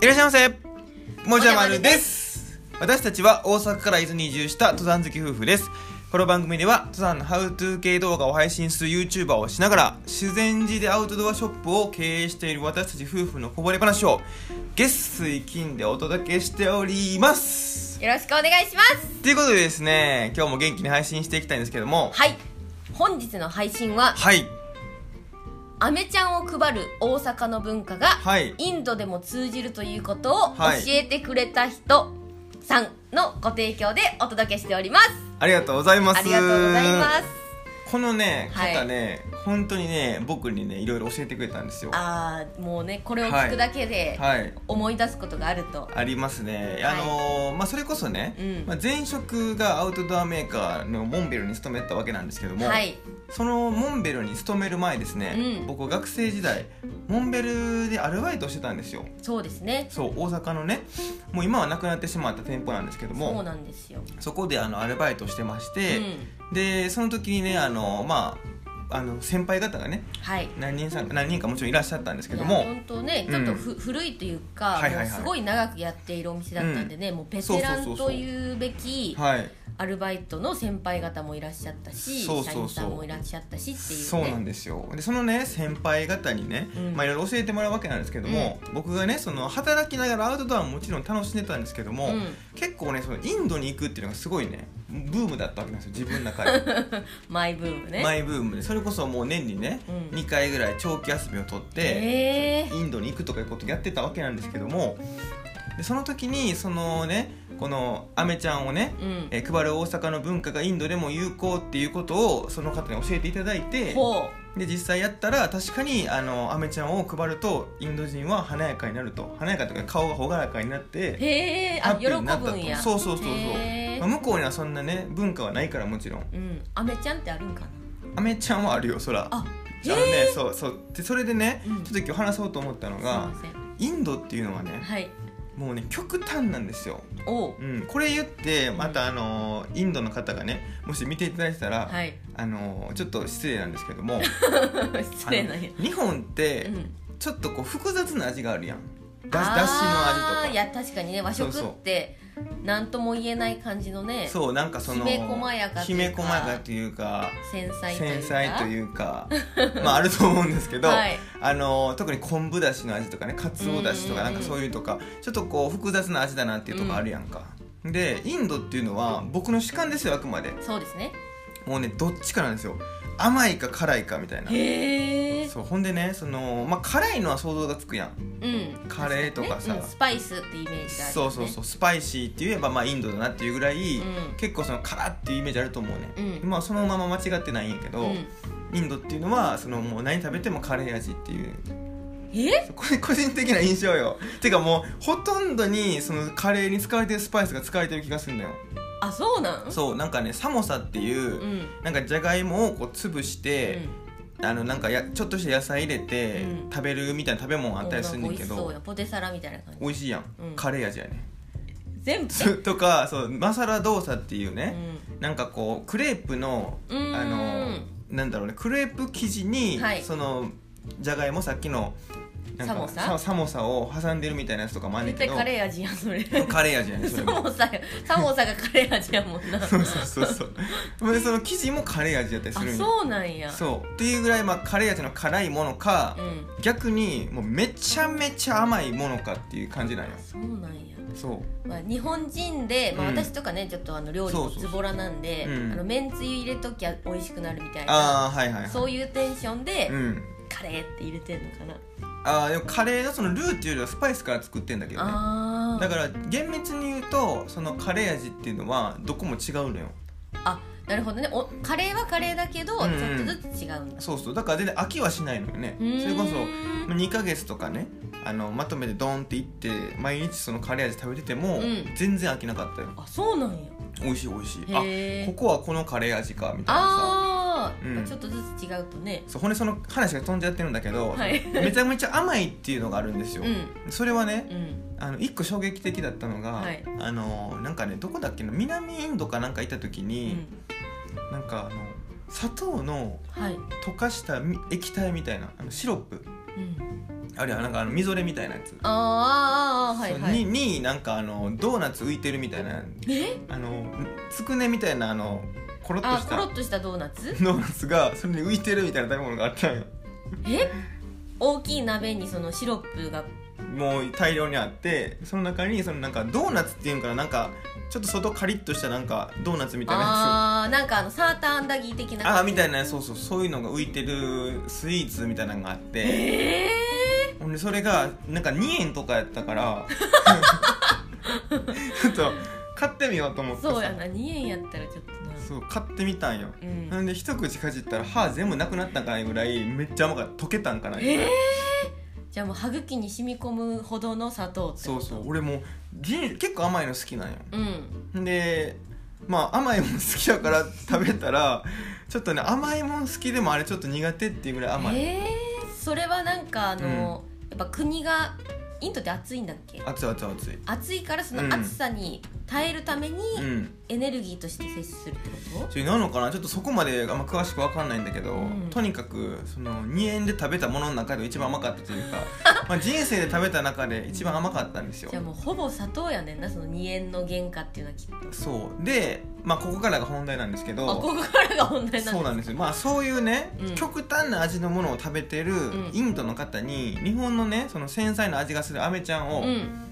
いらっしゃいませもじゃまるです私たちは大阪から伊豆に移住した登山好き夫婦ですこの番組では登山のハウトゥー系動画を配信する YouTuber をしながら修善寺でアウトドアショップを経営している私たち夫婦のこぼれ話を月水金でお届けしておりますよろしくお願いしますということでですね今日も元気に配信していきたいんですけどもはい本日の配信ははいアメちゃんを配る大阪の文化がはいインドでも通じるということを教はいえてくれた人さんのご提供でお届けしておりますありがとうございますありがとうございますこのねはい方ね、本当にね僕にねいろいろ教えてくれたんですよあーもうねこれを聞くだけではい思い出すことがあるとありますね、はいあのーまあ、それこそね、うんまあ、前職がアウトドアメーカーのモンベルに勤めてたわけなんですけども、はいそのモンベルに勤める前ですね、うん僕学生時代モンベルでアルバイトしてたんですよそうですねそう大阪のねもう今はなくなってしまった店舗なんですけどそうもなんですよ、そこであのアルバイトしてましうて、ん、でその時にねあのまああの先輩方がねはい何人さん何人かもちろんいらっしゃったんですけどいやも本当ねうんちょっとふ、古いというか、はいはいはいもうすごい長くやっているお店だったんでね、もうベテランというべきはいアルバイトの先輩方もいらっしゃったしそうそうそう社員さんもいらっしゃったしっていうねそうなんですよでそのね先輩方にね、うんまあ、いろいろ教えてもらうわけなんですけども、僕がねその働きながらアウトドアももちろん楽しんでたんですけども、うん結構ねそのインドに行くっていうのがすごいねブームだったわけなんですよ自分の中でマイブーム ねマイブームでそれこそもう年にね、うん2回ぐらい長期休みを取って、えーインドに行くとかいうことやってたわけなんですけどもでその時にそのねこのアメちゃんをねうんえー配る大阪の文化がインドでも有効っていうことをその方に教えていただいてほで実際やったら確かにあのアメちゃんを配るとインド人は華やかになると華やかというか顔が朗らかになっうてへえハあッピ喜ーになったぶんやとそうそうそうそう、へまあ、ー向こうにはそんなね文化はないからもちろんうんアメちゃんってあるんかなアメちゃんはあるよそらあのねそうそうでそれでね、うんちょっと今日話そうと思ったのすいがませんインドっていうのはねはいもうね極端なんですよ、おううん、これ言ってまたあのインドの方がねもし見ていただいてたら、はい あのちょっと失礼なんですけども失礼なんやあの日本って、うんちょっとこう複雑な味があるやんだあだしのー味いとかや確かにね和食ってなんとも言えない感じのねそうなんかそのきめ細やかというかきめ細やかというか繊細という繊か細というか まああると思うんですけど、はいあの特に昆布だしの味とかねかつおだしとかうんなうんんかそういうとかちょっとこう複雑な味だなっていうとこあるやんか、でインドっていうのは僕の主観ですよあくまでそうですねもうねどっちかなんですよ甘いか辛いかみたいなへえそうほんでねその、まあ、辛いのは想像がつくやんうんカレーとかさねうんスパイスってイメージがある、ね、そうそうそうスパイシーって言えばまあインドだなっていうぐらい、うん結構その辛っていうイメージあると思うね、うんまあそのまま間違ってないんやけど、んインドっていうのはそのもう何食べてもカレー味っていうえこれ個人的な印象 よてかもうほとんどにそのカレーに使われてるスパイスが使われてる気がするんだよあそうなんそうなんかねサモサっていう、うんなんかじゃがいもをこう潰しうて、んあのなんかやちょっとした野菜入れて、うん食べるみたいな食べ物あったりするんだけおなんか美味しそうどやポテサラみたいな感じ美味しいやん、うんカレー味やね全部そう とかそうマサラドーサっていううね、んなんかこうクレープのうーんあのなんだろうねクレープ生地に、はいそのじゃがいもさっきのなんかサモサササモサを挟んでるみたいなやつとかもあんねんけ絶対どカレー味やんそれカレー味やねんそサれもモサやサモサがカレー味やもんなそうそうそうそうでその生地もカレー味だったりすあるんよそうなんやそうっていうぐらい、まあ、カレー味の辛いものか、うん逆にもうめちゃめちゃ甘いものかっていう感じなんよそうなんやそうまあ、日本人で、まあ、うん私とかね、ちょっとあの料理そもうそうズボラなんでうんあのめんつゆ入れときゃ美味しくなるみたいなああはいはいはいそういうテンションで、うんカレーって入れてんのかな、あーでもカレーのそのルーっていうよりはスパイスから作ってんだけどねあだーから厳密に言うとそのカレー味っていうのはどこも違うのよあなるほどねおカレーはカレーだけど、うんうんちょっとずつ違うんだそうそうだから全然飽きはしないのよねうーんそれこそまあ2ヶ月とかねあのまとめてドーンっていって毎日そのカレー味食べてても、うん全然飽きなかったよあそうなんや美味しい美味しいあへこえこはこのカレー味かみたいなさあー、うんまあちょっとずつ違うとねそうほんでその話が飛んじゃってるんだけど、はいめちゃめちゃ甘いっていうのがあるんですよ、うんそれはね、うんあの一個衝撃的だったのが、はいあのなんかねどこだっけな南インドかなんか行った時うに、んなんかあの砂糖のはい溶かしたみ液体みたいなあのシロップううん、あるいはなんかあのみぞれみたいなやつ、あーあーあーはいはにいになんかあのドーナツ浮いてるみたいなえあのつくねみたいなあのコロッとあしコロたッとしたドーナツドーナツがそれに浮いてるみたいな食べ物があったんよえ大きい鍋にそのシロップがもう大量にあってその中にそのなんかドーナツっていうんかななんかちょっと外カリッとしたなんかドーナツみたいなやつあーなんかあのサーターアンダギー的なあーみたいななそうそうそういうのが浮いてるスイーツみたいなのがあってええほんでそれがなんか2円とかやったからちょっと買ってみようと思ってさそうやな2円やったらちょっとなそう買ってみたんようんなんで一口かじったら歯全部なくなったんかないぐらいめっちゃ甘かった溶けたんかないぐらいええじゃあもう歯茎に染み込むほどの砂糖ってそうそう俺もう人結構甘いの好きなんようんでまあ甘いもん好きだから食べたらちょっとね甘いもん好きでもあれちょっと苦手っていうぐらい甘い、えー、それはなんかあの、やっぱ国がインドって暑いんだっけ熱い熱い熱い暑いからそのうん暑さに耐えるためにうんエネルギーとして摂取するってこと、ちょなのかなちょっとそこまであんま詳しくわかんないんだけど、うんとにかくその2円で食べたものの中で一番甘かったと いうかまあ人生で食べた中で一番甘かったんですよじゃあもうほぼ砂糖やねんなその2円の原価っていうのはきっとそうで、まあ、ここからが本題なんですけあこどこからが本題なんそうなんですよまあそういうね、うん極端な味のものを食べてるんインドの方に日本のねその繊細な味がするアメちゃんを、うん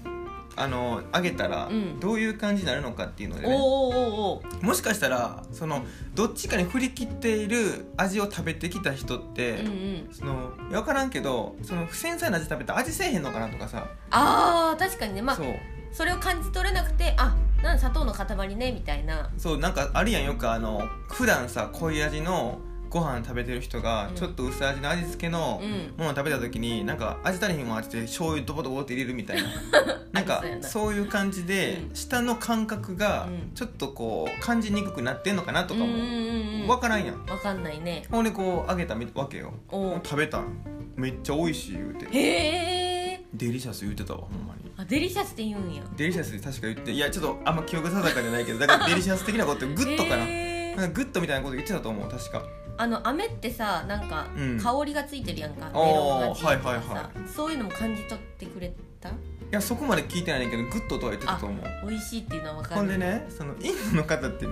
あのあげたらうんどういう感じになるのかっていうので、ねおーおーおーおーもしかしたらそのどっちかに振り切っている味を食べてきた人って、うんうんその分からんけどその不繊細な味食べたら味せえへんのかなとかさ、あー確かにねまあそそうれを感じ取れなくてあなん砂糖の塊ねみたいなそうなんかあるやんよくあの普段さ濃い味のご飯食べてる人がうんちょっと薄味の味付けのうんものを食べた時に、なんか味足りへんわって言って醤油ドボドボって入れるみたいななん あかりそうやなそういう感じでうん舌の感覚がうんちょっとこう感じにくくなってんのかなとかうんうもんうん分からんやんわかんないねほんでこう揚げたわけよおー食べたんめっちゃ美味しい言うてへえデリシャス言うてたわほんまにあデリシャスって言うんやデリシャスで確か言っていやちょっとあんま記憶定かじゃないけどだからデリシャス的なことグッとかな,、へーなんかグッとみたいなこと言ってたと思う確かあの飴ってさなんかうん香りがついてるやんか、あーメロンがついてるとかはいさ、はいはそういうのも感じ取ってくれたいやそこまで聞いてないねんけどグッととは言ってたと思う美味しいっていうのはわかるほんでねそのインドの方ってね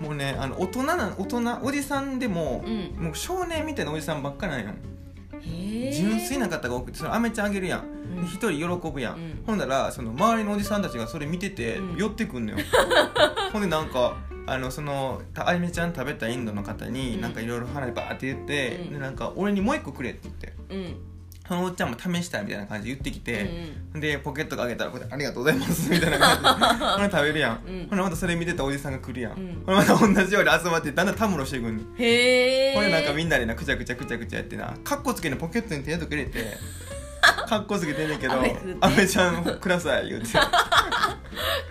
う、んもうねあの大人な大人おじさんでもう、んもう少年みたいなおじさんばっかなんよへえ純粋な方が多くてそのアメちゃんあげるやんで一人喜ぶやん、うんほんならその周りのおじさんたちがそれ見ててうん寄ってく んのよ、ほんでなんかあのそのたあゆみちゃん食べたインドの方にうんなんかいろいろ花バーって言って、うんでなんか俺にもう一個くれって言ってうんうんそのおっちゃんも試したいみたいな感じで言ってきうて、んでポケットかけたらこれありがとうござい ますみたいな感じでほな食べるやん、うんほなまたそれ見てたおじさんが来るやん、うんほなまた同じように集まってだんだんたむろしていくんのうんへえこれなんかみんなでなくちゃくちゃくちゃくちゃやってなカッコつけのポケットに手とくれ てカッコつけてんねんけど雨降って「あめちゃんください」言う て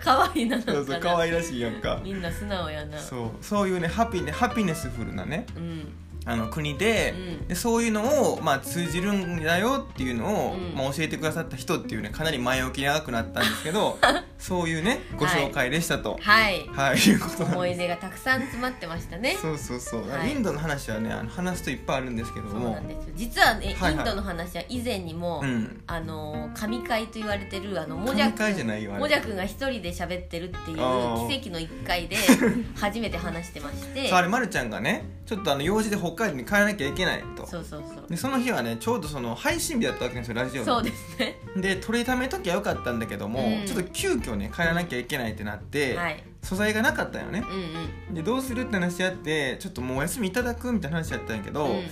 可愛いななんかそうそう可い愛らしいやんかみんな素直やなう、そうそういうねハピネハピネスフルなねん、あの国で,、うんでそういうのを、まあ、通じるんだよっていうのを、うんまあ、教えてくださった人っていうねかなり前置き長くなったんですけ どそういうねご紹介でしたと、はいはい、い、うことなん思でい出がたくさん詰まってましたねすそうそうそう、はいインドの話はねあの話すといっぱいあるんですけどそうもなんですよ実はね、はいはいインドの話は以前にも、うんあのー神会と言われてるあのもじゃ神く回じゃないよあれもじゃくんが一人で喋ってるっていう奇あー跡の一 回で初めて話してましてそうあれ、ま、るちゃんがねちょっとあの用事で北海道に帰らなきゃいけないとそうそうそうでその日はねちょうどその配信日だったわけなんですよラジオのそうですねで取りためときはよかったんだけども、うんちょっと急遽ね帰らなきゃいけないってなって、はい素材がなかったよねうんうんでどうするって話し合ってちょっともうお休みいただくみたいな話やったんやけど、うんい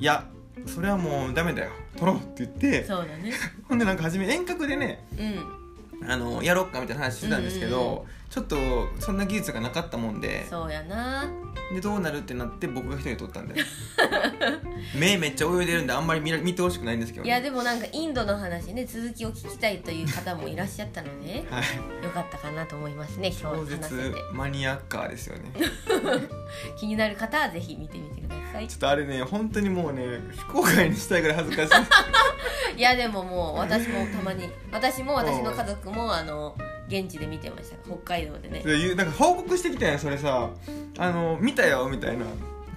やそれはもうダメだよ取ろうって言ってそうだねほんでなんか初め遠隔でねうんあのやろっかみたいな話してたんですけうんうんど、ちょっとそんな技術がなかったもんでそうやなでどうなるってなって僕が一人で撮ったんだよ 目めっちゃ泳いでるんであんまり見ら見てほしくないんですけどいね、やでもなんかインドの話ね続きを聞きたいという方もいらっしゃったのではいよかったかなと思いますね今超日話せ絶てマニアッカーですよね気になる方はぜひ見てみてくださいちょっとあれね本当にもうね非公開にしたいぐらい恥ずかしいいやでももう私もたまに私も私の家族もあの現地で見て ました北海道でねで言うなんか報告してきたやんそれさあの見たよみたいな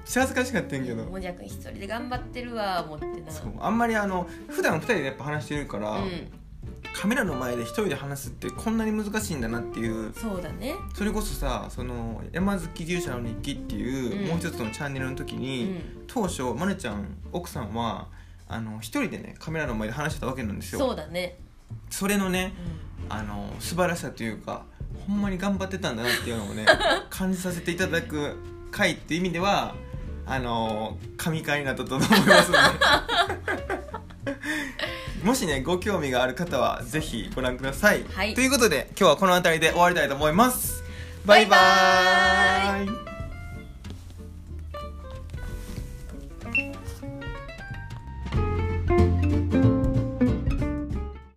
ちゃ恥ずかしかったんやけどもじゃくん一人で頑張ってるわ思ってなそうあんまりあの普段二人でやっぱ話してるから、うんカメラの前で一人で話すってこんなに難しいんだなっていうそうだねそれこそさその山月勇者の日記っていう、うんもう一つのチャンネルの時うに、ん当初まなちゃん奥さんはあの一人でねカメラの前で話してたわけなんですよそうだねそれのねうあの素晴らしさというかほんまに頑張ってたんだなっていうのを ね感じさせていただく回っていう意味ではあの神回になったと思いますの でもしねご興味がある方はぜひご覧ください、はいということで今日はこの辺りで終わりたいと思いますバイババイバーイ